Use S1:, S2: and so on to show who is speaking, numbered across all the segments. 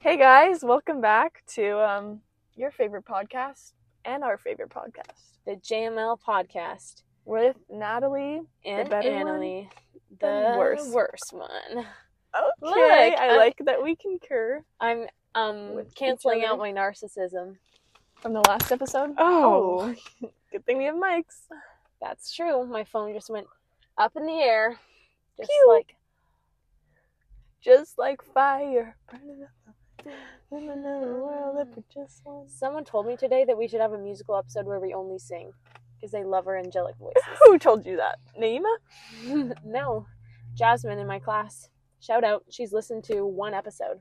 S1: Hey guys, welcome back to um, your favorite podcast and our favorite podcast
S2: the JML podcast.
S1: with Natalie.
S2: And
S1: better
S2: Annalie,
S1: the
S2: the,
S1: worse.
S2: worst. one.
S1: Okay,
S2: Look,
S1: I
S2: I-
S1: like that we concur
S2: I'm um
S1: With each
S2: canceling
S1: other.
S2: out my narcissism.
S1: from the last episode.
S2: Oh.
S1: Oh, good thing we have mics.
S2: That's true. My phone just went up in the air. Just
S1: Pew.
S2: like
S1: Just like fire, burning up in another world if we just want.
S2: someone told me today that we should have a musical episode where we only sing because they love our angelic voices.
S1: Who told you that, Naima?
S2: no. Jasmine in my class. Shout out. She's listened to one episode.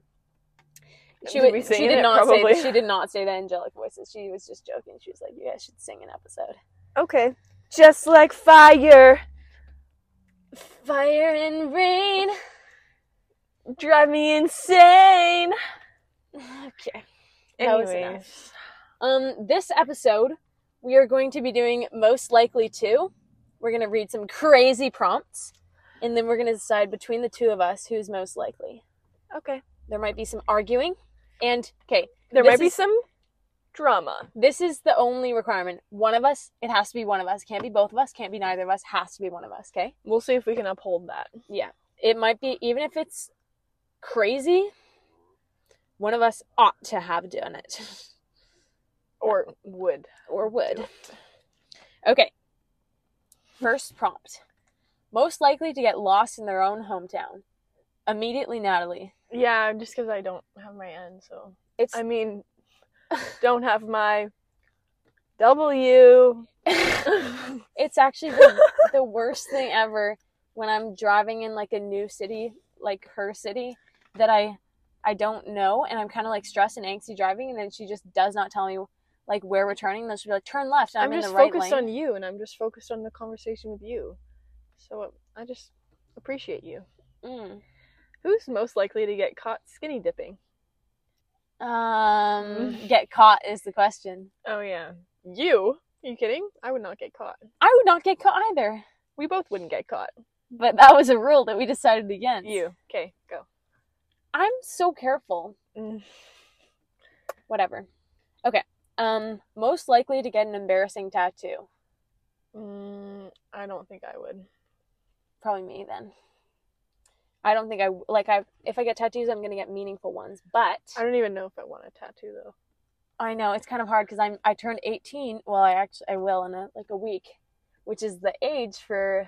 S2: She,
S1: Did
S2: did
S1: we
S2: she
S1: sing
S2: did
S1: in it?
S2: not
S1: Probably.
S2: say she did not say the angelic voices. She was just joking. She was like, "You guys should sing an episode."
S1: Okay, just like fire,
S2: Fire and rain.
S1: drive me insane.
S2: Okay. That was
S1: Anyways,
S2: Um, this episode, we are going to be doing most likely two. We're going to read some crazy prompts, and then we're going to decide between the two of us who's most likely.
S1: okay.
S2: There might be some arguing, and okay,
S1: There
S2: This
S1: might be
S2: is-
S1: some drama.
S2: this is the only requirement. One of us, it has to be one of us. Can't be both of us. Can't be neither of us. Has to be one of us. Okay.
S1: We'll see if we can uphold that.
S2: It might be even if it's crazy. One of us ought to have done it.
S1: Or would.
S2: or would. Okay. First prompt. Most likely to get lost in their own hometown. Immediately, Natalie.
S1: Yeah, just because I don't have my N, so.
S2: It's
S1: I mean, don't have my W.
S2: it's actually the, the worst thing ever when I'm driving in like a new city, like her city, that I I don't know, and I'm kind of like stressed and angsty driving, and then she just does not tell me like where we're turning. Then she'll be like, "Turn left." And
S1: I'm,
S2: I'm, in
S1: just
S2: the right
S1: focused
S2: lane.
S1: on you, and I'm just focused on the conversation with you. So um, I just appreciate you.
S2: Mm.
S1: Who's most likely to get caught skinny dipping?
S2: Mm. Um,
S1: Mm.
S2: get caught is the question.
S1: Oh, yeah. You? Are you kidding? I would not get caught.
S2: I would not get caught either.
S1: We both wouldn't get caught.
S2: But that was a rule that we decided against.
S1: You. Okay, go.
S2: I'm so careful.
S1: Mm.
S2: Whatever. Okay. Um, most likely to get an embarrassing tattoo.
S1: Mm, I don't think I would.
S2: Probably me then. I don't think I like I if I get tattoos I'm gonna get meaningful ones. But
S1: I don't even know if I want a tattoo, though.
S2: I know it's kind of hard because I'm I turned 18. Well, I actually I will in a, like a week, which is the age for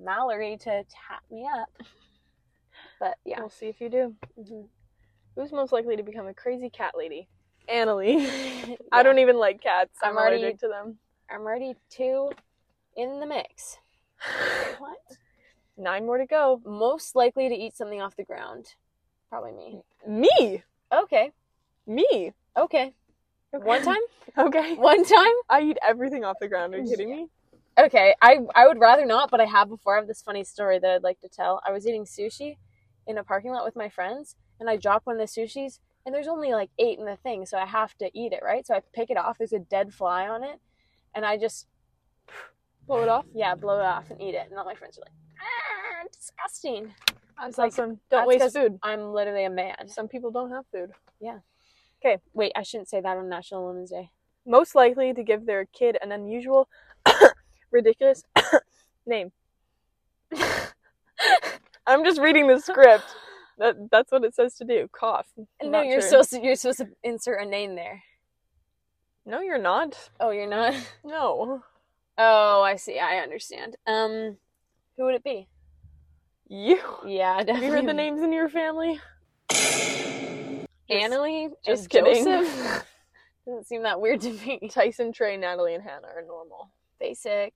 S2: Mallory to tap me up. But yeah.
S1: We'll see if you do.
S2: Mhm.
S1: Who's most likely to become a crazy cat lady? Annalie.
S2: Yeah.
S1: I don't even like cats. I'm,
S2: I'm already-
S1: allergic to them.
S2: I'm already two in the mix. What?
S1: Nine more to go.
S2: most likely to eat something off the ground? Probably me.
S1: Me.
S2: Okay.
S1: Me.
S2: Okay. One time?
S1: Okay.
S2: One time?
S1: I eat everything off the ground. Are you kidding me?
S2: Okay. I I would rather not, but I have before. I have this funny story that I'd like to tell. I was eating sushi in a parking lot with my friends, and I dropped one of the sushis, and there's only like eight in the thing, so I have to eat it, right? So I pick it off. There's a dead fly on it, and I just
S1: Blow it off.
S2: yeah blow it off and eat it, and all my friends are like, ah, disgusting.
S1: That's
S2: like-
S1: awesome.
S2: that's
S1: Don't waste
S2: 'cause-
S1: food.
S2: I'm literally a man.
S1: Some people don't have food.
S2: Wait, I shouldn't say that on National Women's Day.
S1: Most likely to give their kid an unusual, ridiculous name. I'm just reading the script. That, that's what it says to do. Cough.
S2: No,
S1: Not
S2: you're
S1: sure.
S2: supposed to, you're supposed to insert a name there.
S1: No, you're not.
S2: Oh, you're not.
S1: No.
S2: Oh, I see. I understand. Um, who would it be?
S1: You.
S2: Yeah,
S1: Have
S2: definitely.
S1: you heard the names in your family?
S2: Annalie.
S1: just
S2: Just
S1: kidding.
S2: kidding. Doesn't seem that weird to me.
S1: Tyson, Trey, Natalie, and Hannah are normal.
S2: Basic.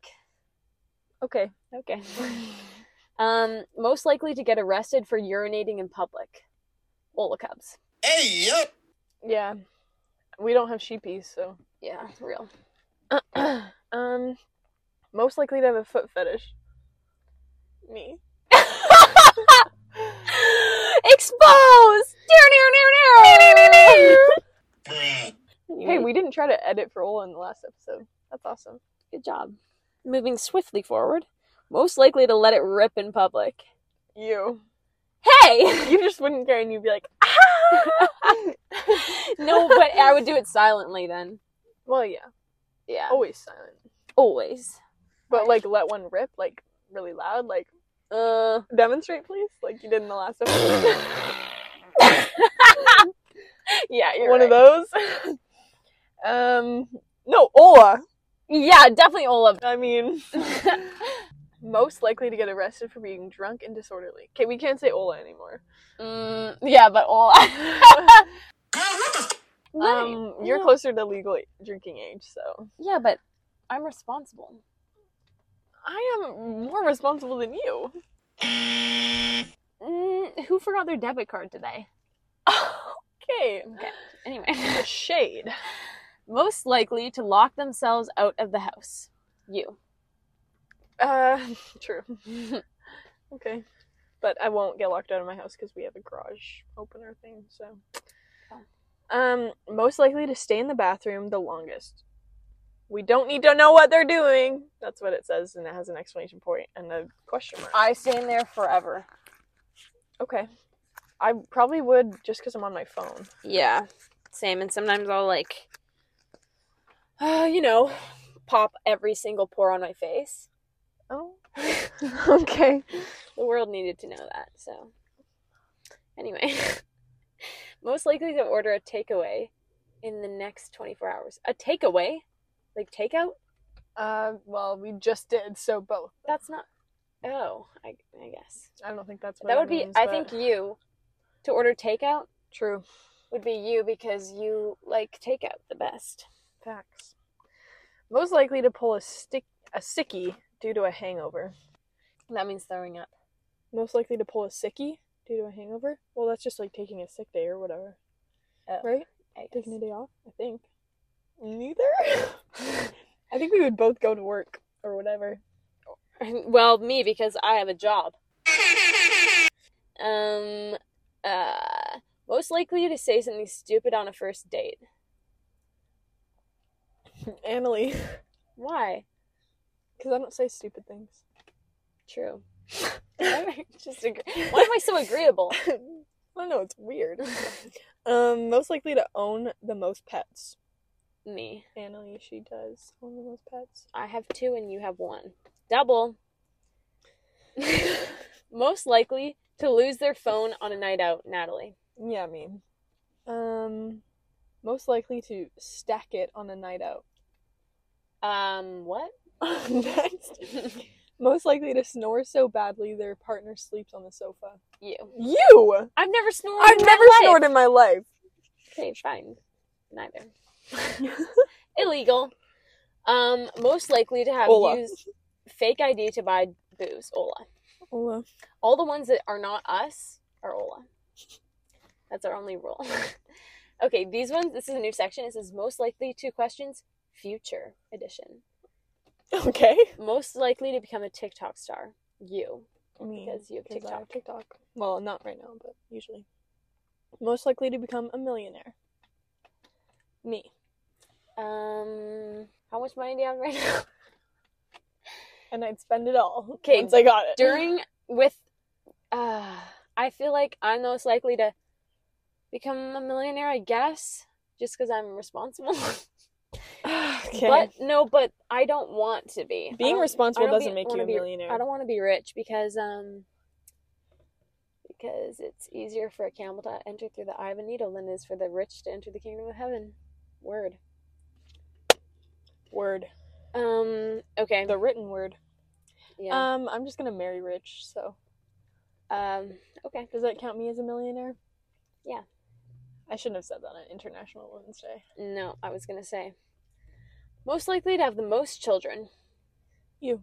S1: Okay.
S2: Okay. Um, most likely to get arrested for urinating in public. Ola cubs.
S3: Hey, yup.
S1: Yeah. We don't have sheepies, so.
S2: Yeah, it's real.
S1: um, most likely to have a foot fetish. Me.
S2: Exposed.
S3: Bruh.
S1: Hey, we didn't try to edit for Ola in the last episode. That's awesome.
S2: Good job. Moving swiftly forward. Most likely to let it rip in public.
S1: You.
S2: Hey!
S1: You just wouldn't care and you'd be like,
S2: No, but I would do it silently then.
S1: Well, yeah,
S2: Yeah.
S1: always silent,
S2: Always.
S1: but like let one rip like really loud. Like
S2: Uh.
S1: demonstrate, please, like you did in the last episode.
S2: yeah, you're
S1: one of
S2: right.
S1: those. um, no, Ola.
S2: Yeah, definitely all of.
S1: I mean, most likely to get arrested for being drunk and disorderly. Okay, we can't say Ola anymore.
S2: mm, yeah, but all.
S3: Girl, what the f-
S1: Um, you're
S2: Yeah.
S1: closer to legal drinking age, so
S2: Yeah, but I'm responsible.
S1: I am more responsible than you.
S2: Mm, who forgot their debit card today?
S1: okay,
S2: Anyway,
S1: the shade.
S2: most likely to lock themselves out of the house. You.
S1: Uh, true. Okay, but I won't get locked out of my house because we have a garage opener thing. So, um, most likely to stay in the bathroom the longest. We don't need to know what they're doing. That's what it says, and it has an exclamation point and a question mark.
S2: I stay in there forever.
S1: Okay. I probably would just because I'm on my phone.
S2: Yeah, same. And sometimes I'll like,
S1: Uh, you know.
S2: pop every single pore on my face.
S1: Oh. okay.
S2: The world needed to know that. So, anyway, most likely to order a takeaway in the next 24 hours. A takeaway? Like takeout?
S1: Uh, well, we just did, so both.
S2: That's not. Oh, I, I guess.
S1: I don't think that's what
S2: that
S1: it
S2: would be,
S1: means,
S2: I
S1: but-
S2: think you, to order takeout
S1: true
S2: would be you because you like takeout the best.
S1: facts. Most likely to pull a stick a sickie due to a hangover.
S2: That means throwing up.
S1: Most likely to pull a sickie due to a hangover. Well, that's just like taking a sick day or whatever,
S2: Oh,
S1: right?
S2: I
S1: Taking a
S2: guess.
S1: day off, I think. Neither. I think we would both go to work or whatever.
S2: Well, me because I have a job. Um, uh, most likely to say something stupid on a first date.
S1: Emily,
S2: Why?
S1: because I don't say stupid things.
S2: True. Just agree- why am I so agreeable?
S1: I don't know. It's weird. um, most likely to own the most pets.
S2: Me.
S1: Annalie, she does own the most pets.
S2: I have two and you have one. Double. most likely to lose their phone on a night out. Natalie.
S1: Yeah, I mean, um, most likely to stack it on a night out.
S2: Um, what?
S1: Next, most likely to snore so badly their partner sleeps on the sofa.
S2: you.
S1: You.
S2: I've never snored.
S1: I've
S2: in my
S1: never
S2: life.
S1: snored in my life.
S2: Okay, fine. Neither. Illegal. Um, most likely to have
S1: Ola.
S2: used fake ID to buy booze. Ola.
S1: Ola.
S2: All the ones that are not us are Ola. That's our only rule. okay, these ones. This is a new section. This is most likely to questions. Future edition.
S1: Okay.
S2: Most likely to become a TikTok star. You.
S1: Me.
S2: Because you have
S1: Because I have
S2: TikTok.
S1: TikTok. Well, not right now, but usually. Most likely to become a millionaire. Me.
S2: Um, how much money do you have right now?
S1: And I'd spend it all.
S2: 'Kay,
S1: Once I got it.
S2: during with uh I feel like I'm most likely to become a millionaire, I guess, just cuz I'm responsible.
S1: okay.
S2: But no, but I don't want to be. I
S1: Being
S2: don't- I
S1: responsible
S2: don't
S1: doesn't
S2: be-
S1: make you
S2: wanna
S1: a
S2: be-
S1: millionaire.
S2: I don't want to be rich because um because it's easier for a camel to enter through the eye of a needle than it is for the rich to enter the kingdom of heaven. Word.
S1: Word.
S2: Um okay.
S1: The written word.
S2: yeah.
S1: Um, I'm just gonna marry rich, so
S2: um okay.
S1: does that count me as a millionaire?
S2: Yeah.
S1: I shouldn't have said that on International Women's Day.
S2: No, I was gonna say. Most likely to have the most children.
S1: You.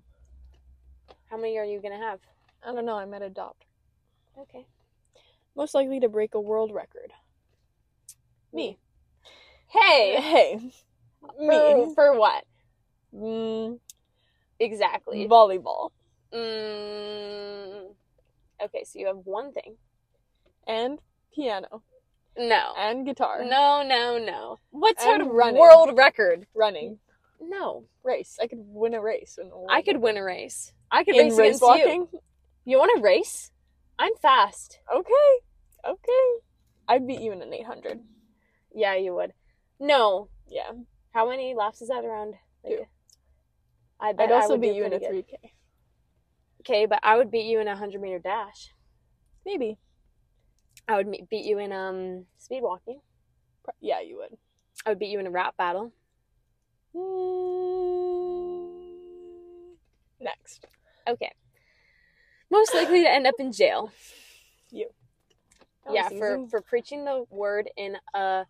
S2: How many are you gonna have?
S1: I don't know, I might adopt.
S2: Okay.
S1: Most likely to break a world record. Me.
S2: Hey.
S1: Hey.
S2: For,
S1: Me.
S2: for what
S1: Mm,
S2: exactly?
S1: volleyball.
S2: Mm, okay, so you have one thing.
S1: And piano.
S2: No.
S1: And guitar.
S2: No, no, no. What sort
S1: And
S2: of
S1: running.
S2: world record?
S1: Running.
S2: No.
S1: Race. I could win a race. In a world
S2: I could win a race. I could
S1: record.
S2: race
S1: in race
S2: against you.
S1: walking.
S2: You want to race? I'm fast.
S1: Okay. Okay. I beat you in an 800.
S2: Yeah, you would. No.
S1: Yeah.
S2: How many laps is that around?
S1: Two.
S2: I
S1: I'd
S2: bet
S1: also
S2: would
S1: beat
S2: do
S1: you in a
S2: pretty good.
S1: 3K.
S2: Okay, but I would beat you in a hundred meter dash.
S1: Maybe.
S2: I would me- beat you in um speed walking.
S1: Pro- Yeah, you would.
S2: I would beat you in a rap battle.
S1: Mm. Next.
S2: Okay. Most likely to end up in jail.
S1: That was
S2: yeah, for,
S1: easy.
S2: for preaching the word in a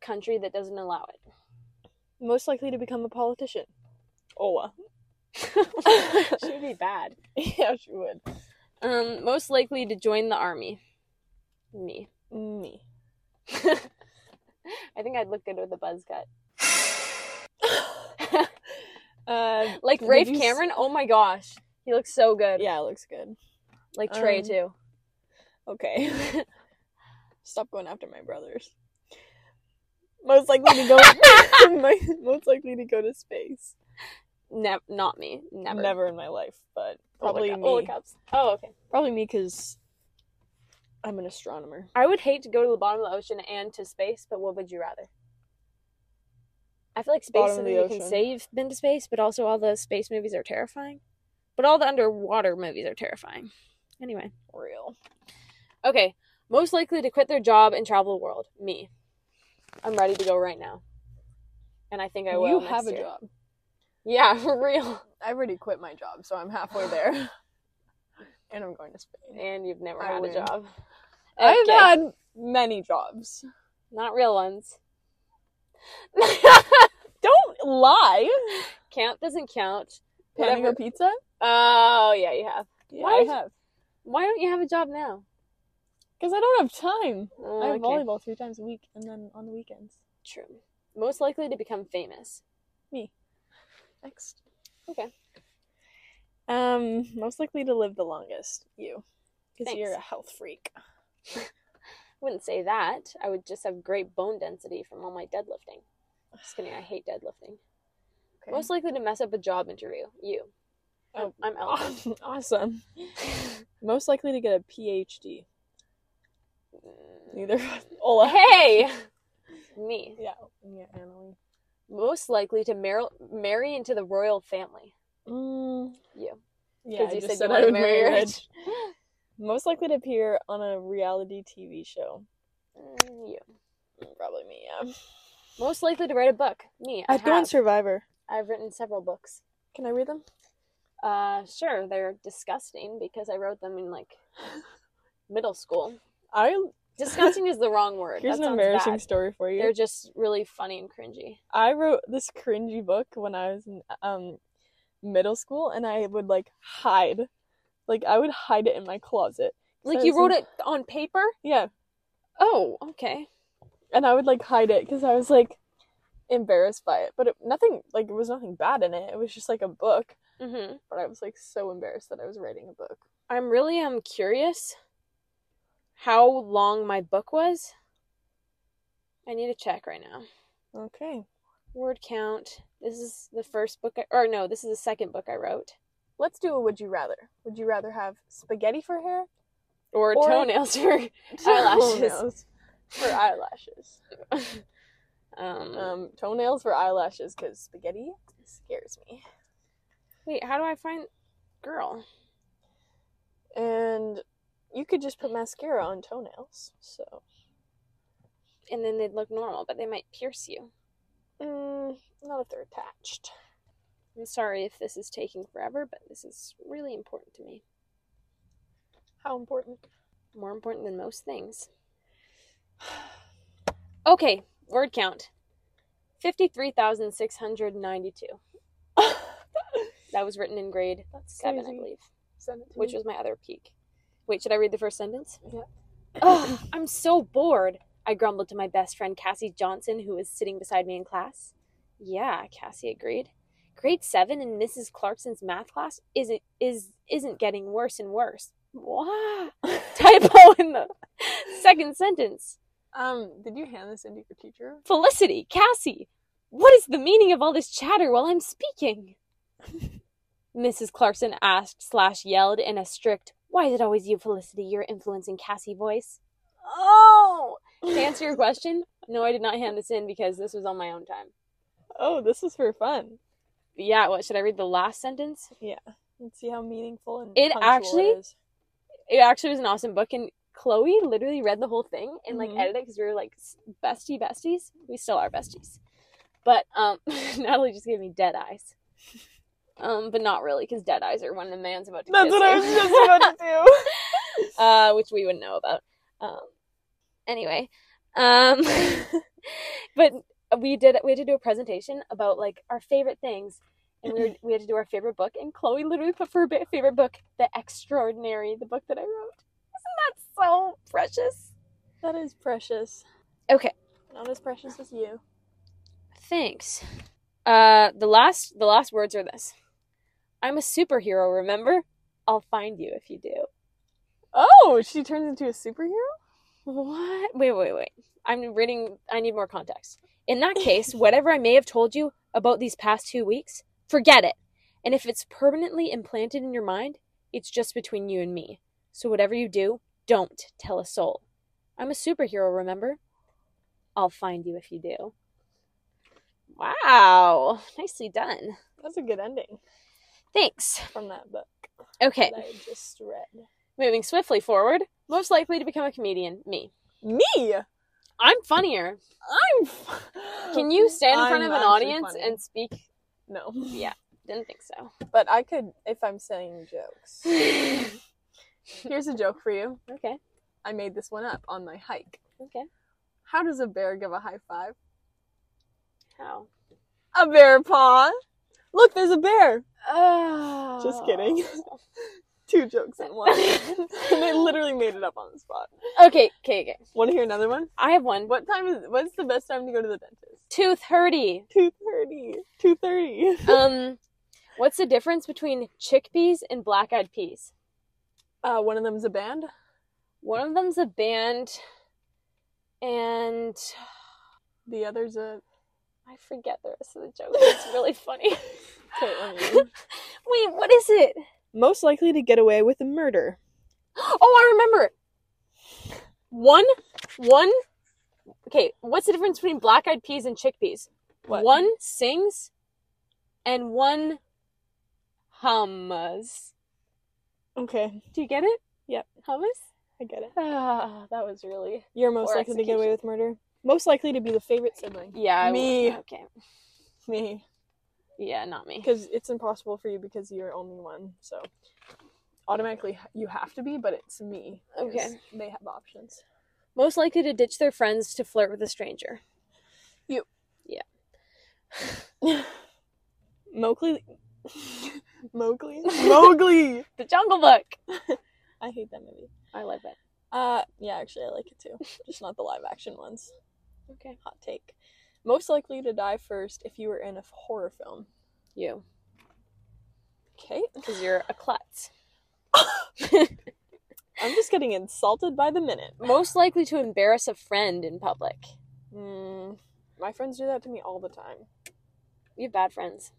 S2: country that doesn't allow it.
S1: most likely to become a politician. Ola.
S2: she would be bad.
S1: yeah, she would.
S2: Um, most likely to join the army. Me.
S1: Me.
S2: I think I'd look good with a buzz cut.
S1: Uh,
S2: Like
S1: Would
S2: Rafe
S1: you s-
S2: Cameron, oh my gosh. He looks so good.
S1: yeah, it looks good.
S2: Like Trey
S1: Um,
S2: too.
S1: Okay. Stop going after my brothers. Most likely to go. my, most likely to go to space.
S2: Ne- not me. Never.
S1: Never in my life, but
S2: Probably
S1: probably
S2: oh,
S1: me.
S2: look ups. Oh, okay.
S1: Probably me because I'm an astronomer.
S2: I would hate to go to the bottom of the ocean and to space, but what would you rather? I feel like space
S1: Bottom
S2: is
S1: of
S2: something
S1: the
S2: you can
S1: ocean.
S2: say you've been to space, but also all the space movies are terrifying. But all the underwater movies are terrifying. Anyway.
S1: Real.
S2: Okay. Most likely to quit their job and travel the world. Me. I'm ready to go right now. And I think I will.
S1: you
S2: next
S1: have a
S2: year.
S1: job.
S2: Yeah, for real.
S1: I already quit my job, so I'm halfway there, and I'm going to Spain.
S2: And you've never
S1: I
S2: had
S1: win.
S2: a job.
S1: I've
S2: Okay,
S1: had many jobs.
S2: not real ones.
S1: Don't lie.
S2: Count doesn't count.
S1: Panning
S2: Whatever.
S1: a pizza?
S2: Oh yeah, you have.
S1: Yeah,
S2: Why
S1: I
S2: is-
S1: have.
S2: Why don't you have a job now?
S1: Because I don't have time.
S2: Oh,
S1: I have
S2: okay.
S1: volleyball three times a week and then on the weekends.
S2: True. Most likely to become famous.
S1: Next.
S2: Okay.
S1: Um, most likely to live the longest, you. Because
S2: Thanks.
S1: you're a health freak.
S2: Wouldn't say that. I would just have great bone density from all my deadlifting. Just kidding. I hate deadlifting. Most likely to mess up a job interview. You. I'm,
S1: Oh.
S2: I'm out.
S1: Awesome. awesome. most likely to get a PhD. Neither Ola.
S2: hey. Me.
S1: Yeah. Yeah, Annalie.
S2: Most likely to mar- marry into the royal family.
S1: Mm,
S2: You.
S1: yeah, I just
S2: you said you
S1: said
S2: wanted
S1: I
S2: to
S1: would
S2: marry
S1: marry
S2: rich.
S1: rich. Most likely to appear on a reality TV show.
S2: Mm, You.
S1: Probably me, yeah.
S2: Most likely to write a book. Me. I
S1: I'd go on
S2: have.
S1: Survivor.
S2: I've written several books.
S1: Can I read them?
S2: Uh, sure, they're disgusting because I wrote them in like middle school.
S1: I
S2: Disgusting is the wrong word.
S1: here's
S2: that
S1: an
S2: sounds
S1: embarrassing
S2: bad.
S1: story for you.
S2: They're just really funny and cringy.
S1: I wrote this cringy book when I was in um middle school, and I would like hide, like I would hide it in my closet.
S2: Like
S1: I
S2: you
S1: was
S2: wrote
S1: in-
S2: it on paper?
S1: Yeah,
S2: Oh, okay.
S1: and I would like hide it because I was like embarrassed by it. But it, nothing like it was nothing bad in it. It was just like a book,
S2: hmm
S1: but I was like so embarrassed that I was writing a book.
S2: I'm really um curious how long my book was. I need to check right now.
S1: Okay,
S2: Word count. This is the first book, I, or no, this is the second book I wrote.
S1: let's do a would you rather. Would you rather have spaghetti for hair
S2: Or,
S1: Or-
S2: toenails or
S1: Toenails for eyelashes?
S2: um,
S1: Um, toenails for eyelashes because spaghetti scares me.
S2: Wait, how do I find girl?
S1: And you could just put mascara on toenails. So
S2: And then they'd look normal, but they might pierce you.
S1: mm, not if they're attached.
S2: I'm sorry if this is taking forever, but this is really important to me.
S1: How important?
S2: More important than most things. Okay, word count 53,692. That was written in grade
S1: That's
S2: seven, I
S1: crazy.
S2: believe,
S1: Send it to
S2: which
S1: me.
S2: was my other peak. Wait, should I read the first sentence?
S1: Yeah.
S2: Ugh, I'm so bored, I grumbled to my best friend Cassie Johnson, who was sitting beside me in class. Yeah, Cassie agreed. Grade seven in Mrs. Clarkson's math class isn't is isn't getting worse and worse. Wah. Typo in the second sentence.
S1: um, did you hand this into your teacher?
S2: Felicity, Cassie, what is the meaning of all this chatter while I'm speaking? Mrs. Clarkson asked slash yelled in a strict, why is it
S1: Oh!
S2: always you, Felicity, you're influencing Cassie voice? Oh! To answer your question, No, I did not hand this in because this was on my own time.
S1: Oh, this is for fun.
S2: Yeah, what should I read the last sentence?
S1: Let's see how meaningful and
S2: It
S1: punctual
S2: actually-
S1: it is.
S2: It actually was an awesome book, and Chloe literally read the whole thing and like
S1: Mhm.
S2: edited it because we were like s- bestie besties. We still are besties, but um, Natalie just gave me dead eyes. Um, but not really, because dead eyes are when the man's about to.
S1: That's
S2: kiss
S1: what I
S2: you.
S1: was just about to do.
S2: uh, which we wouldn't know about. Um, anyway, um, but we did we had to do a presentation about like our favorite things, and we were, we had to do our favorite book, and Chloe literally put for her ba- favorite book the extraordinary, the book that I wrote. Isn't that so precious?
S1: That is precious.
S2: Okay.
S1: Not as precious as you.
S2: Thanks. Uh, the last the last words are this. I'm a superhero. Remember, I'll find you if you do.
S1: Oh, she turns into a superhero?
S2: What? Wait, wait, wait. I'm reading. I need more context. In that case, whatever I may have told you about these past two weeks, forget it. And if it's permanently implanted in your mind, it's just between you and me. So whatever you do, don't tell a soul. I'm a superhero, remember? I'll find you if you do. Wow. Nicely done.
S1: That's a good ending
S2: Thanks.
S1: from that book
S2: Okay,
S1: that I just read.
S2: moving swiftly forward. Most likely to become a comedian, me.
S1: Me!
S2: I'm funnier.
S1: I'm.
S2: Can you stand in front
S1: Oh, I'm
S2: of an
S1: actually
S2: audience
S1: funny.
S2: and speak?
S1: No.
S2: Yeah, didn't think so.
S1: But I could if I'm saying jokes. Here's a joke for you.
S2: okay,
S1: I made this one up on my hike.
S2: okay.
S1: How does a bear give a high five?
S2: How?
S1: A bear paw. Look, there's a bear.
S2: Oh.
S1: Just kidding. Two jokes in one. and I literally made it up on the spot.
S2: okay, okay, okay.
S1: Want to hear another one?
S2: I have one.
S1: What time is? What's the best time to go to the dentist?
S2: Tooth hurdy.
S1: Two thirty. Two thirty.
S2: Um, what's the difference between chickpeas and black-eyed peas?
S1: Uh, one of them's a band.
S2: One of them's a band, and
S1: The other's a.
S2: I forget the rest of the joke. It's really funny.
S1: Wait, let me. read.
S2: Wait, what is it?
S1: Most likely to get away with a murder.
S2: Oh, I remember it. One, one. Okay, what's the difference between black-eyed peas and chickpeas?
S1: What?
S2: One sings, and one hums.
S1: Okay,
S2: Do you get it?
S1: Yep.
S2: hummus.
S1: I get it.
S2: Ah, that was really
S1: You're most
S2: Or
S1: likely to get away with murder. Most likely to be the favorite sibling.
S2: yeah. I
S1: Me.
S2: was- okay.
S1: Me,
S2: Yeah, not me.
S1: because it's impossible for you because you're only one. So automatically you have to be, but it's me. 'cause
S2: Okay.
S1: They have options.
S2: Most likely to ditch their friends to flirt with a stranger.
S1: Mowgli. Mowgli. Mowgli.
S2: The Jungle Book.
S1: I hate that movie.
S2: I love it.
S1: Uh, yeah, actually, I like it too. Just not the live action ones.
S2: Okay.
S1: Hot take. Most likely to die first if you were in a horror film.
S2: You,
S1: Okay.
S2: because you're a klutz.
S1: I'm just getting insulted by the minute.
S2: Most likely to embarrass a friend in public.
S1: Mm, my friends do that to me all the time.
S2: You have bad friends.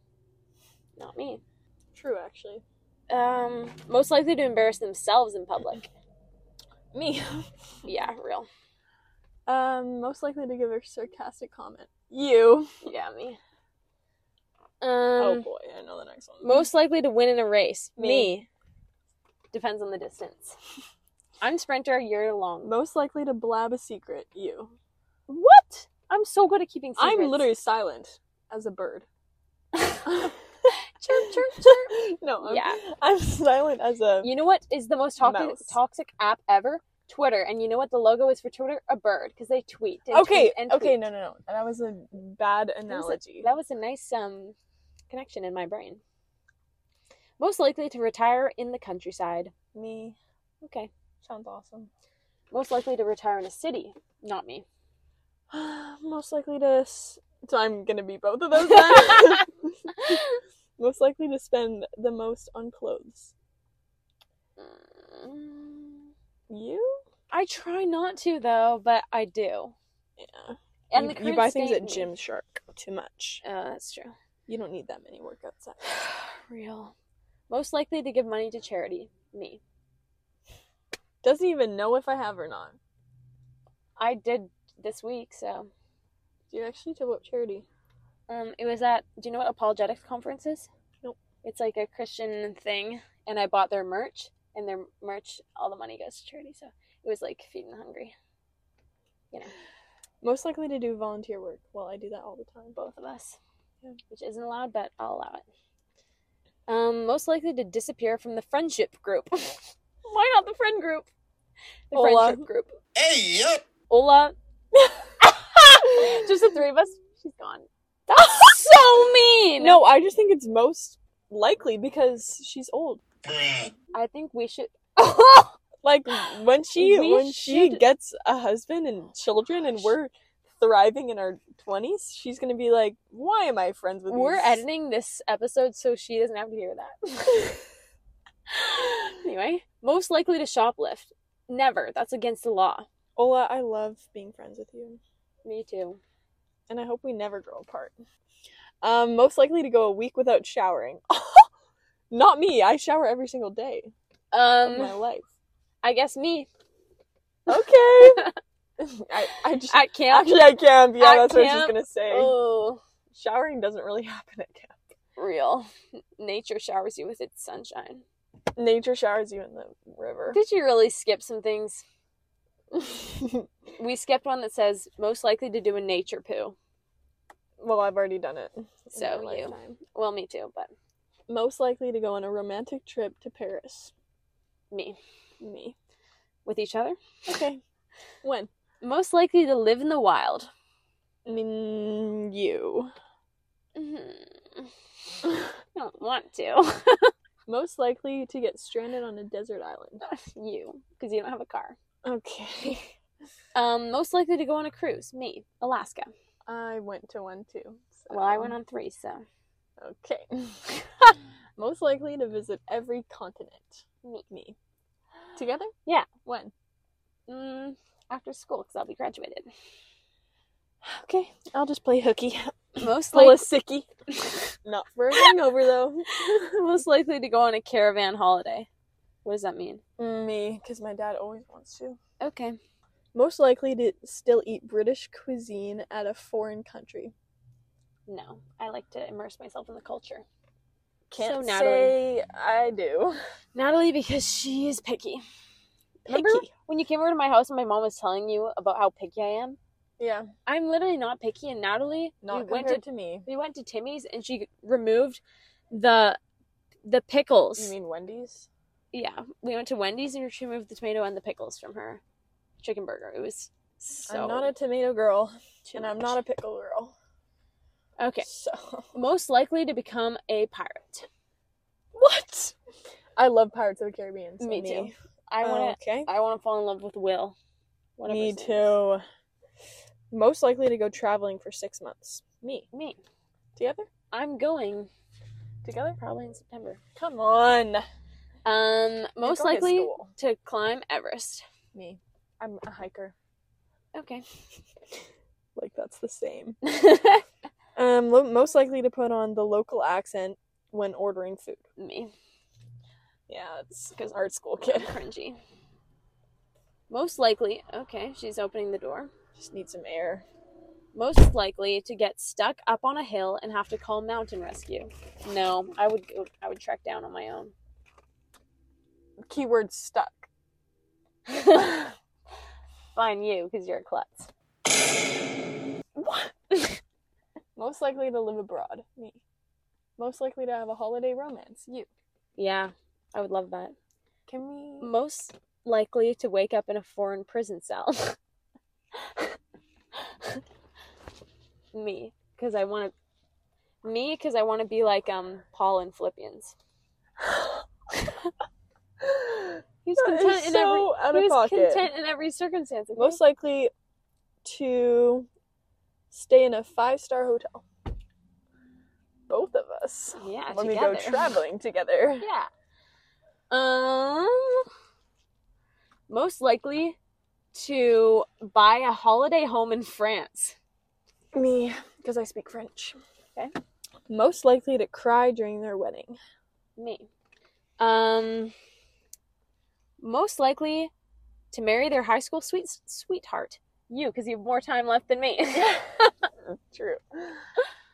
S2: Not me.
S1: True, actually.
S2: Um, most likely to embarrass themselves in public.
S1: Me.
S2: Yeah, real.
S1: um, most likely to give a sarcastic comment. You.
S2: Yeah, me. Um,
S1: oh boy, I know the next one.
S2: most likely to win in a race.
S1: Me.
S2: Me. Depends on the distance. I'm sprinter. You're long.
S1: most likely to blab a secret. You.
S2: What? I'm so good at keeping secrets.
S1: I'm literally silent as a bird.
S2: chirp chirp chirp.
S1: no, I'm,
S2: Yeah.
S1: I'm silent as a.
S2: You know what is the most toxic
S1: Mouse.
S2: toxic app ever? Twitter. And you know what the logo is for Twitter? A bird because they tweet. And
S1: okay,
S2: tweet and tweet.
S1: okay, no, no, no. That was a bad analogy.
S2: That was a nice um connection in my brain. Most likely to retire in the countryside.
S1: Me
S2: Okay.
S1: sounds awesome.
S2: Most likely to retire in a city. Not me.
S1: Most likely to. S- so I'm gonna be both of those. Then. most likely to spend the most on clothes.
S2: Mm,
S1: You?
S2: I try not to though, but I do.
S1: Yeah.
S2: And
S1: you,
S2: the
S1: you
S2: current
S1: buy things
S2: state
S1: at
S2: me-
S1: Gymshark too much.
S2: Uh, that's true.
S1: You don't need that many workouts. Actually.
S2: Real. Most likely to give money to charity. Me.
S1: Doesn't even know if I have or not.
S2: I did this week. So
S1: Do you actually to what charity?
S2: um, it was at. Do you know what apologetics conference is?
S1: Nope.
S2: It's like a Christian thing, and I bought their merch, and their merch, all the money goes to charity. So it was like feeding the hungry.
S1: Most likely to do volunteer work. Well, I do that all the time. But
S2: both of us,
S1: Yeah.
S2: which isn't allowed, but I'll allow it. Um, most likely to disappear from the friendship group. Why not the friend group? The
S1: Hola.
S2: friendship group.
S3: Hey, yo.
S2: Ola. Just the three of us. She's gone. That's so mean.
S1: no, I just think it's most likely because she's old.
S3: Bruh.
S2: I think we should.
S1: Like when she
S2: We
S1: when she
S2: should-
S1: gets a husband and children and we're thriving in our twenties, she's gonna be like, "Why am I friends with?"
S2: We're
S1: these-"
S2: editing this episode so she doesn't have to hear that. anyway, most likely to shoplift. Never. That's against the law.
S1: Ola, I love being friends with you,
S2: Me too.
S1: and I hope we never grow apart. Um, most likely to go a week without showering. Not me. I shower every single day of my
S2: Um,
S1: life.
S2: I guess me.
S1: Okay. I, I just
S2: At camp.
S1: actually I can't. Yeah,
S2: At
S1: that's what I was just
S2: camp.
S1: gonna say.
S2: Oh,
S1: Showering doesn't really happen at camp.
S2: real. Nature showers you with its sunshine.
S1: Nature showers you in the river.
S2: Did you really skip some things? We skipped one that says most likely to do a nature poo.
S1: well, I've already done it. in
S2: So
S1: my
S2: you.
S1: lifetime.
S2: Well, me too, but
S1: most likely to go on a romantic trip to Paris.
S2: me.
S1: Me.
S2: With each other?
S1: Okay. when?
S2: Most likely to live in the wild.
S1: I mean, you. Mm-hmm.
S2: Mhm. I don't want to.
S1: Most likely to get stranded on a desert island.
S2: you, because you don't have a car.
S1: Okay.
S2: Um, most likely to go on a cruise. Me, Alaska.
S1: I went to one too. so-
S2: Well, I went on three, so
S1: Okay. most likely to visit every continent.
S2: Me.
S1: Me. Together?
S2: Yeah.
S1: When?
S2: mm, after school, because I'll be graduated.
S1: Okay. I'll just play hooky.
S2: Most
S1: Pull a
S2: likely,
S1: sicky. Not for a hangover though.
S2: most likely to go on a caravan holiday. What does that mean?
S1: Me, because my dad always wants to.
S2: Okay.
S1: Most likely to still eat British cuisine at a foreign country.
S2: No, I like to immerse myself in the culture.
S1: Can't
S2: So, Natalie-
S1: say I do.
S2: Natalie, because she is picky. Remember
S1: Picky.
S2: when you came over to my house and my mom was telling you about how picky I am?
S1: Yeah,
S2: I'm literally not picky, and Natalie,
S1: not
S2: we
S1: compared
S2: went to
S1: to me.
S2: we went to Timmy's and she removed the the pickles.
S1: You mean Wendy's?
S2: yeah, we went to Wendy's and she removed the tomato and the pickles from her chicken burger. It was so.
S1: I'm not a tomato girl,
S2: too
S1: and I'm
S2: much.
S1: not a pickle girl.
S2: okay.
S1: So
S2: Most likely to become a pirate.
S1: what? I love Pirates of the Caribbean. so
S2: Me too. I want
S1: Okay.
S2: to. I want to fall in love with Will.
S1: Oh.
S2: Whatever
S1: Me
S2: his name is.
S1: too. Most likely to go traveling for six months. Me.
S2: Me.
S1: Together?
S2: I'm going
S1: Together?
S2: probably in September.
S1: Come on.
S2: Um, most
S1: Pick on his
S2: likely
S1: school.
S2: to climb Everest.
S1: Me. I'm a hiker.
S2: Okay.
S1: Like that's the same. Um, lo- most likely to put on the local accent when ordering food.
S2: Me.
S1: Yeah, it's because art school kid
S2: Cringy. Most likely. Okay, she's opening the door.
S1: just need some air.
S2: most likely to get stuck up on a hill and have to call mountain rescue. No, I would go, I would trek down on my own.
S1: Keyword stuck.
S2: Fine you cuz you're a klutz.
S1: What? most likely to live abroad. Me. Most likely to have a holiday romance. You.
S2: Yeah, I would love that.
S1: Can
S2: Mm.
S1: we?
S2: Most likely to wake up in a foreign prison cell. me cuz I want to me cuz I want to be like um Paul in Philippians. He's
S1: That is
S2: content in every
S1: so out of
S2: he was
S1: pocket.
S2: content in every circumstance. okay?
S1: most likely to stay in a five star hotel. Both of us.
S2: yeah,
S1: when
S2: together.
S1: we go traveling together.
S2: Yeah. Um, most likely to buy a holiday home in France.
S1: Me, because I speak French.
S2: Okay.
S1: Most likely to cry during their wedding.
S2: Me. Um, most likely to marry their high school sweet sweetheart. you because you have more time left than me.
S1: True.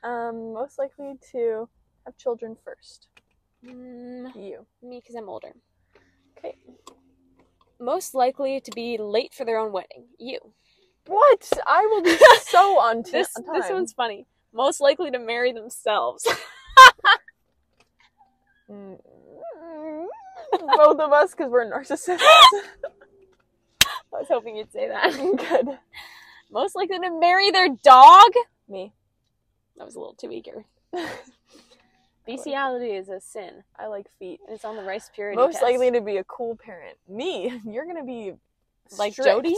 S1: Um, most likely to have children first.
S2: Mm,
S1: You.
S2: me because I'm older.
S1: Okay.
S2: Most likely to be late for their own wedding. You.
S1: What? I will be so on t-
S2: This
S1: on time.
S2: this one's funny. Most likely to marry themselves.
S1: Mm. Both of us, because we're narcissists.
S2: I was hoping you'd say that.
S1: Good.
S2: Most likely to marry their dog.
S1: Me.
S2: That was a little too eager.
S1: I
S2: Bestiality is a sin,
S1: like feet.
S2: and it's on the rice purity.
S1: Most
S2: test.
S1: likely to be a cool parent. Me. You're gonna be
S2: Like
S1: strict.
S2: Jody?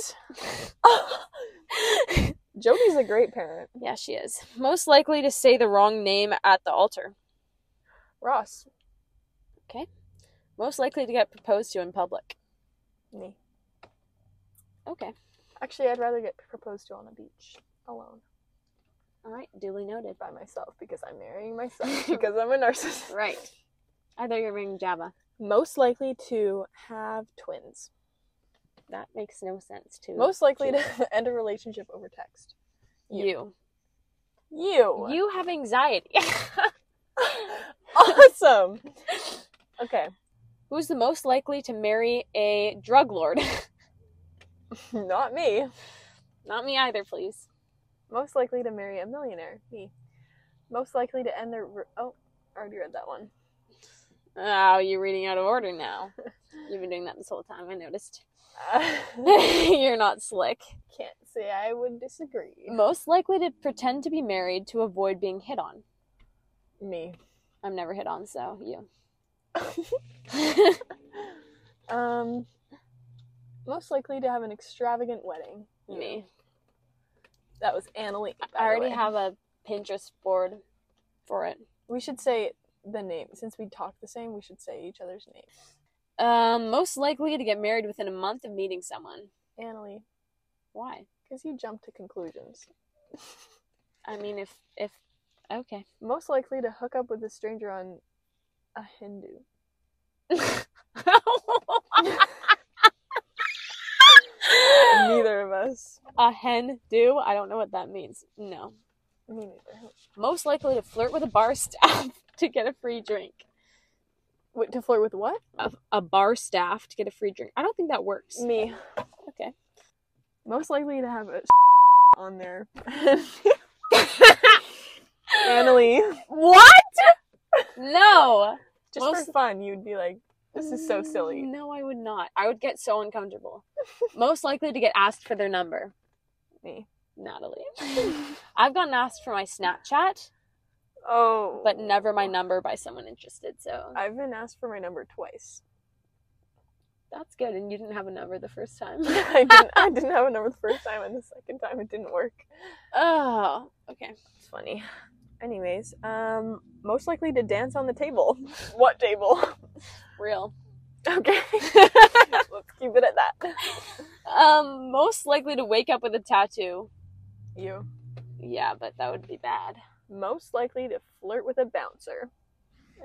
S1: Jody's a great parent.
S2: Yeah, she is. Most likely to say the wrong name at the altar.
S1: Ross.
S2: Most likely to get proposed to in public.
S1: Me.
S2: Okay.
S1: Actually, I'd rather get proposed to on a beach alone
S2: All right. Duly noted.
S1: by myself because I'm marrying myself because I'm a narcissist.
S2: Right. I thought you were reading Java.
S1: Most likely to have twins.
S2: That makes no sense to
S1: Most likely to end a relationship over text.
S2: you.
S1: You.
S2: You have anxiety.
S1: awesome. Okay.
S2: Who's the most likely to marry a drug lord?
S1: Not me.
S2: Not me either, please.
S1: Most likely to marry a millionaire. Me. Most likely to end their. Re- oh, I already read that one.
S2: Oh, you're reading out of order now. You've been doing that this whole time. I noticed.
S1: Uh,
S2: you're not slick.
S1: can't say I would disagree.
S2: Most likely to pretend to be married to avoid being hit on.
S1: Me.
S2: I'm never hit on, so you.
S1: Um. Most likely to have an extravagant wedding.
S2: Me.
S1: That was Annalie.
S2: I already have a Pinterest board for it.
S1: We should say the name since we talk the same. We should say each other's names.
S2: Um, most likely to get married within a month of meeting someone.
S1: Annalie,
S2: Why?
S1: because you jump to conclusions.
S2: I mean, if if okay,
S1: Most likely to hook up with a stranger on a Hindu. Neither of us.
S2: a hen do. I don't know what that means. No,
S1: Me neither.
S2: most likely to flirt with a bar staff to get a free drink.
S1: Wait, to flirt with what?
S2: A, a bar staff to get a free drink. I don't think that works.
S1: Me.
S2: Okay.
S1: Most likely to have a on there. Annalie.
S2: What? No.
S1: Just
S2: Most-
S1: for fun, you'd be like, this is so silly.
S2: No, I would not. I would get so uncomfortable. Most likely to get asked for their number,
S1: Me.
S2: Natalie. I've gotten asked for my Snapchat,
S1: Oh.
S2: but never my number by someone interested. So
S1: I've been asked for my number twice.
S2: that's good. And you didn't have a number the first time.
S1: I didn't I didn't have a number the first time and the second time it didn't work.
S2: oh, okay.
S1: It's funny. Anyways, um most likely to dance on the table. What table?
S2: Real.
S1: Okay. Let's keep it at that.
S2: Um, most likely to wake up with a tattoo.
S1: You
S2: Yeah, but that would be bad.
S1: most likely to flirt with a bouncer.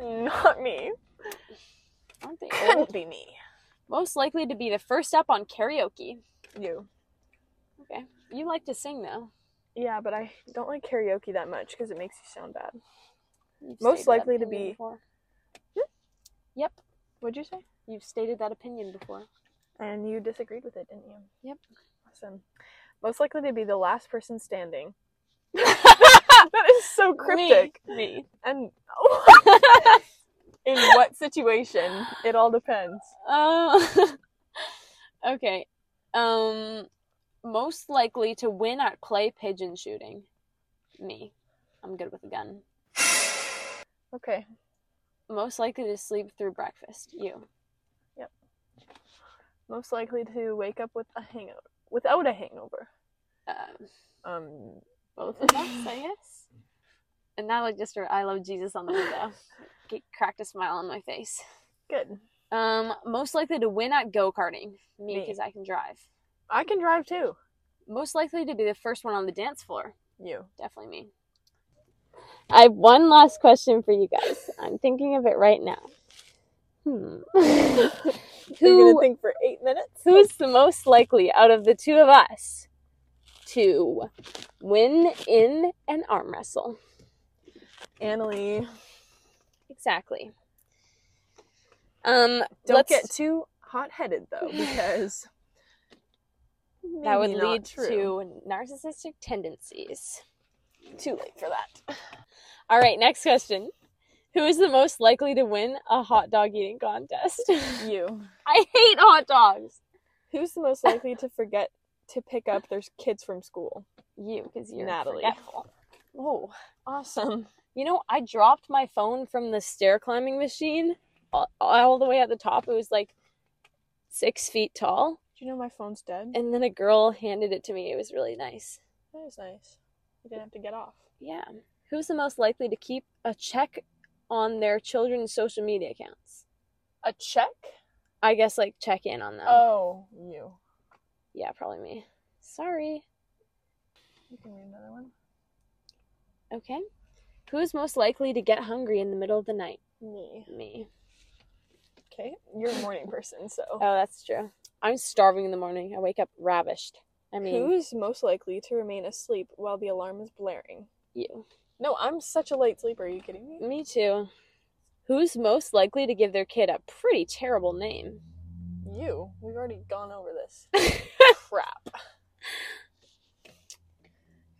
S1: Not me.
S2: Aren't they old?
S1: Couldn't be me.
S2: most likely to be the first up on karaoke.
S1: You.
S2: Okay. You like to sing though.
S1: Yeah, but I don't like karaoke that much because it makes you sound bad.
S2: You've
S1: Most
S2: stated that
S1: likely to
S2: opinion
S1: be- Hmm?
S2: before. Yep.
S1: What'd you say?
S2: You've stated that opinion before.
S1: And you disagreed with it, didn't you?
S2: Yep.
S1: Awesome. Most likely to be the last person standing. that is so cryptic.
S2: Me. me.
S1: And in what situation? It all depends.
S2: Uh, okay. Um, most likely to win at clay pigeon shooting. Me. I'm good with a gun.
S1: Okay.
S2: Most likely to sleep through breakfast. You.
S1: Most likely to wake up with a hangover. Without a hangover.
S2: Um,
S1: Um.
S2: both of us, I guess. And now I just wrote, I love Jesus on the window. Get, cracked a smile on my face.
S1: Good.
S2: Um, most likely to win at go karting. Me,
S1: Me.
S2: because I can drive.
S1: I can drive too.
S2: Most likely to be the first one on the dance floor.
S1: You.
S2: Definitely me. I have one last question for you guys. I'm thinking of it right now. Hmm.
S1: You're
S2: Who
S1: gonna think for eight minutes.
S2: who's the most likely out of the two of us to win in an arm wrestle.
S1: Annalie,
S2: Exactly. Um,
S1: don't
S2: let's-
S1: get too hot headed though, because
S2: that would
S1: maybe not
S2: lead
S1: true.
S2: to narcissistic tendencies.
S1: too late for that.
S2: All right, next question. Who is the most likely to win a hot dog eating contest?
S1: You.
S2: I hate hot dogs.
S1: Who's the most likely to forget to pick up their kids from school?
S2: You, because you're
S1: Natalie.
S2: forgetful.
S1: Oh, awesome.
S2: You know, I dropped my phone from the stair climbing machine all, all the way at the top. It was like six feet tall.
S1: Do you know my phone's dead?
S2: And then a girl handed it to me. It was really nice.
S1: That was nice. You didn't have to get off.
S2: Yeah. Who's the most likely to keep a check on their children's social media accounts?
S1: A check?
S2: I guess like check in on them.
S1: Oh, you.
S2: Yeah, probably me. Sorry.
S1: You can read another one.
S2: Okay. Who's most likely to get hungry in the middle of the night?
S1: Me.
S2: Me.
S1: Okay. You're a morning person, so.
S2: Oh, that's true. I'm starving in the morning. I wake up ravished. I mean,
S1: Who's most likely to remain asleep while the alarm is blaring?
S2: you.
S1: No, I'm such a light sleeper. Are you kidding me?
S2: Me too. Who's most likely to give their kid a pretty terrible name?
S1: You. We've already gone over this. Crap.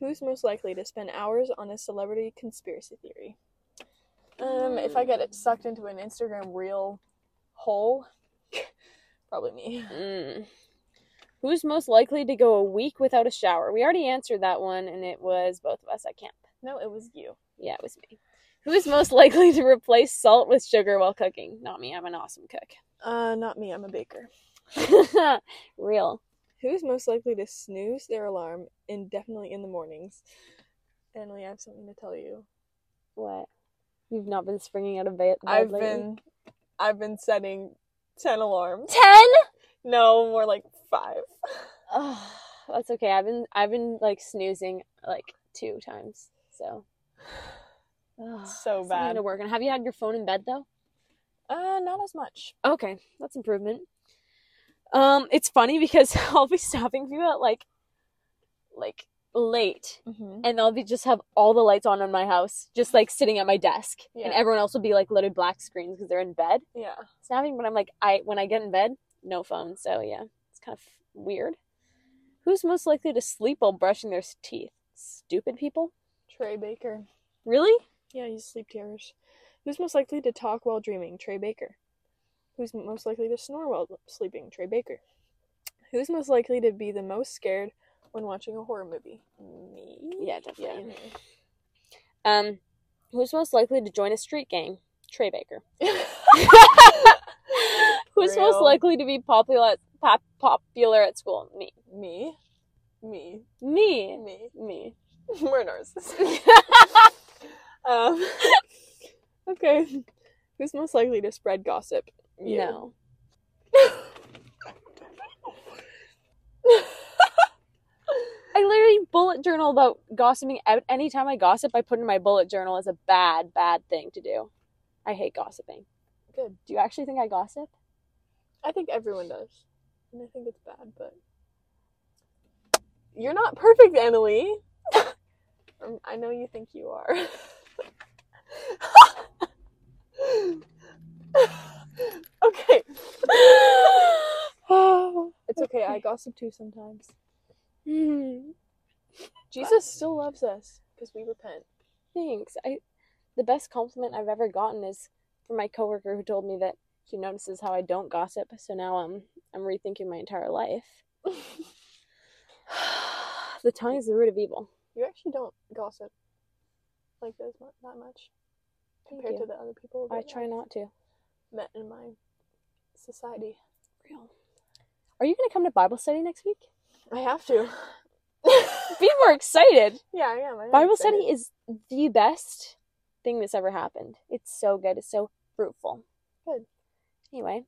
S1: Who's most likely to spend hours on a celebrity conspiracy theory? Um, if I get it sucked into an Instagram reel hole, probably me.
S2: Mm. Who's most likely to go a week without a shower? We already answered that one, and it was both of us at camp.
S1: No, it was you.
S2: Yeah, it was me. Who is most likely to replace salt with sugar while cooking? Not me. I'm an awesome
S1: Uh, not me. I'm a baker.
S2: cook. Real.
S1: Who's most likely to snooze their alarm indefinitely in the mornings? And I have something to tell you.
S2: What? You've not been springing out of ba- bed
S1: I've
S2: lately?
S1: been, I've been setting ten alarms.
S2: ten.
S1: No, more like five.
S2: Oh, that's okay. I've been I've been like snoozing like two times. So. Ugh,
S1: So
S2: something
S1: bad.
S2: to work on. Have you had your phone in bed though?
S1: Uh, not as much.
S2: Okay, that's improvement. Um, it's funny because I'll be stopping people at like, like late,
S1: Mm-hmm.
S2: and I'll be just have all the lights on in my house, just like sitting at my desk,
S1: Yeah.
S2: and everyone else will be like littered black screens because they're in bed
S1: Yeah.
S2: snapping. But I'm like, I when I get in bed, no phone. So yeah, it's kind of weird. Who's most likely to sleep while brushing their teeth? Stupid people.
S1: Trey Baker.
S2: Really?
S1: Yeah, he's sleep terrors. Who's most likely to talk while dreaming? Trey Baker. Who's most likely to snore while sleeping? Trey Baker. Who's most likely to be the most scared when watching a horror movie? Me.
S2: Yeah,
S1: Yeah.
S2: definitely. Um, who's most likely to join a street gang? Trey Baker. Who's most
S1: Real.
S2: likely to be popular at, pop, popular at school? Me.
S1: me. Me.
S2: Me.
S1: Me.
S2: Me.
S1: We're narcissists. um, okay. Who's most likely to spread gossip? You.
S2: No. I literally bullet journal about gossiping. out. Anytime I gossip, I put in my bullet journal as a bad, bad thing to do. I hate gossiping.
S1: Good.
S2: Do you actually think I gossip?
S1: I think everyone does. And I think it's bad, but. You're not perfect, Emily. Um, I know you think you are. okay. It's okay. I gossip too sometimes.
S2: Hmm.
S1: Jesus still loves us because we repent.
S2: Thanks. I the best compliment I've ever gotten is from my coworker who told me that she notices how I don't gossip, so now um I'm rethinking my entire life. the tongue is the root of evil.
S1: You actually don't gossip like this mu- that much
S2: Thank
S1: compared
S2: you.
S1: to the other people that
S2: I try not to.
S1: I've met in my society.
S2: Real. Are you gonna come to Bible study next week?
S1: I have to.
S2: People are excited.
S1: yeah, I am. I am
S2: Bible
S1: excited.
S2: study is the best thing that's ever happened. It's so good. It's so fruitful.
S1: Good.
S2: Anyway,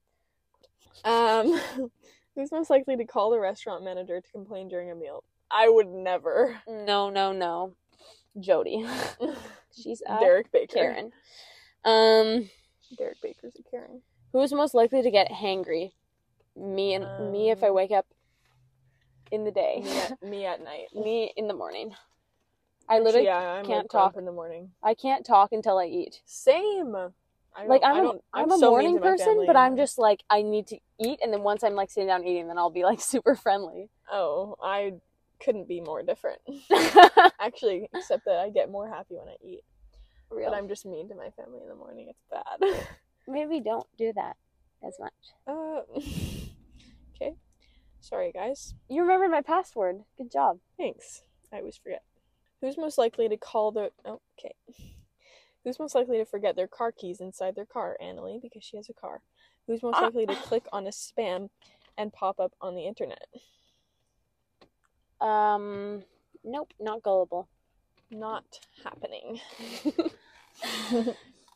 S1: Um, who's most likely to call the restaurant manager to complain during a meal? I would never.
S2: no, no, no. Jody. She's a
S1: Derek Baker.
S2: Karen. Um,
S1: Derek Baker's a Karen.
S2: who's most likely to get hangry? Me and me if I
S1: Um.
S2: wake up in the day.
S1: me, at, me at night.
S2: Me in the morning. I literally
S1: yeah, I'm
S2: can't
S1: woke up
S2: talk.
S1: in the morning.
S2: I can't talk until I eat.
S1: Same. I
S2: Like
S1: don't- I
S2: I'm a,
S1: don't-
S2: I'm
S1: so
S2: a
S1: mean
S2: morning
S1: to my
S2: person,
S1: family.
S2: but I'm just like I need to eat, and then once I'm like sitting down eating, then I'll be like super friendly.
S1: Oh, I couldn't be more different.
S2: Real.
S1: Actually, except that I get more happy when I eat. But I'm just mean to my family in the morning. It's bad.
S2: Maybe don't do that as much.
S1: Uh, okay. Sorry, guys.
S2: You remembered my password. Good job.
S1: Thanks. I always forget. Who's most likely to call the. Oh, okay. Who's most likely to forget their car keys inside their car? Annalie, because she has a car. Who's most
S2: Ah.
S1: likely to click on a spam and pop up on the internet?
S2: Um, nope, not gullible.
S1: Not happening.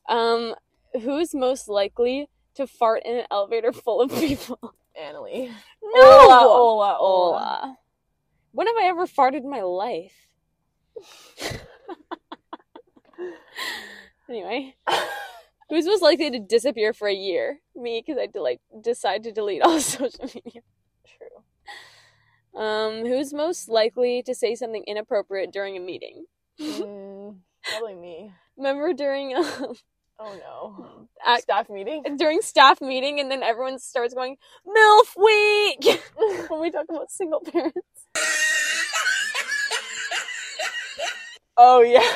S2: Um, who's most likely to fart in an elevator full of people?
S1: Annalie. Ola,
S2: Ola, ola, ola. When have I ever farted in my life? anyway, who's most likely to disappear for a year? Me, because I de- like decide to delete all social media.
S1: True.
S2: Um, who's most likely to say something inappropriate during a meeting? Hmm.
S1: Mm, probably me.
S2: Remember during um,
S1: Oh no.
S2: Ac-
S1: Staff meeting?
S2: during staff meeting, and then everyone starts going milf week when we talk about single parents.
S1: Oh yeah.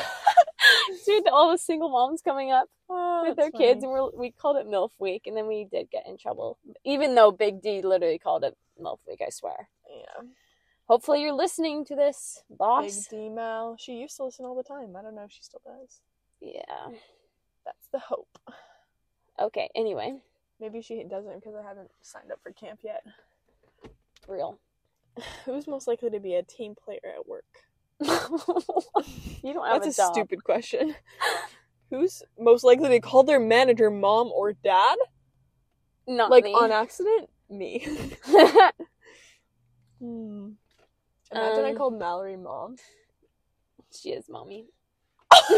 S2: Dude, all the single moms coming up.
S1: Oh,
S2: with their
S1: that's
S2: kids,
S1: funny.
S2: and we're, we called it MILF Week, and then we did get in trouble. Even though Big D literally called it MILF Week, I swear.
S1: Yeah.
S2: Hopefully, you're listening to this,
S1: Big
S2: boss.
S1: D Mal. She used to listen all the time. I don't know if she still does.
S2: Yeah.
S1: That's the hope.
S2: Okay. Anyway,
S1: Maybe she doesn't because I haven't signed up for camp yet.
S2: real.
S1: Who's most likely to be a team player at work?
S2: you don't have
S1: That's
S2: a,
S1: a,
S2: job.
S1: stupid question. Who's most likely to call their manager mom or dad?
S2: Not
S1: like
S2: me.
S1: on accident? Me. Hmm. Imagine I
S2: Um,
S1: called Mallory mom.
S2: she is mommy.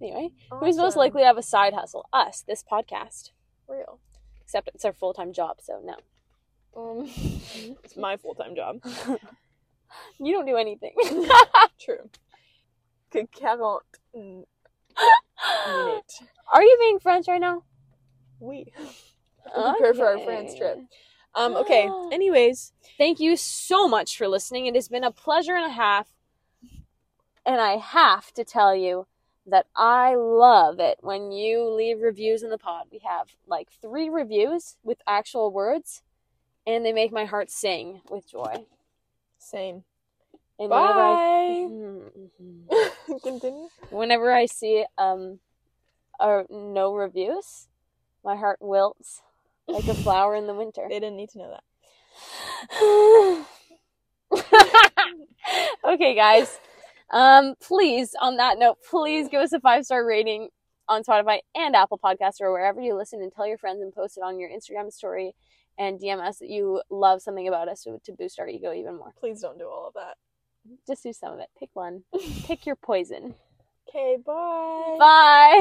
S2: anyway, who's most
S1: Awesome.
S2: likely to have a side hustle? Us. This podcast.
S1: real?
S2: Except it's our full time job, so no.
S1: Um, it's my full time job.
S2: You don't do anything.
S1: True. Que quarante minutes.
S2: Are you being French right now?
S1: We
S2: Oh,
S1: prepare for our France trip.
S2: Okay.
S1: Um. Okay. Anyways,
S2: Thank you so much for listening. It has been a pleasure and a half. And I have to tell you that I love it when you leave reviews in the pod. We have like three reviews with actual words, and they make my heart sing with joy.
S1: same.
S2: And whenever I-
S1: Bye.
S2: Mhm, mhm.
S1: Continue.
S2: whenever I see um, or no reviews, my heart wilts like a flower in the winter.
S1: They didn't need to know that.
S2: okay, guys. Um, please, on that note, please give us a five star rating on Spotify and Apple Podcasts or wherever you listen, and tell your friends and post it on your Instagram story and DM us that you love something about us to, to boost our ego even more.
S1: Please don't do all of that.
S2: Just do some of it. Pick one. Pick your poison.
S1: Okay. Bye.
S2: Bye.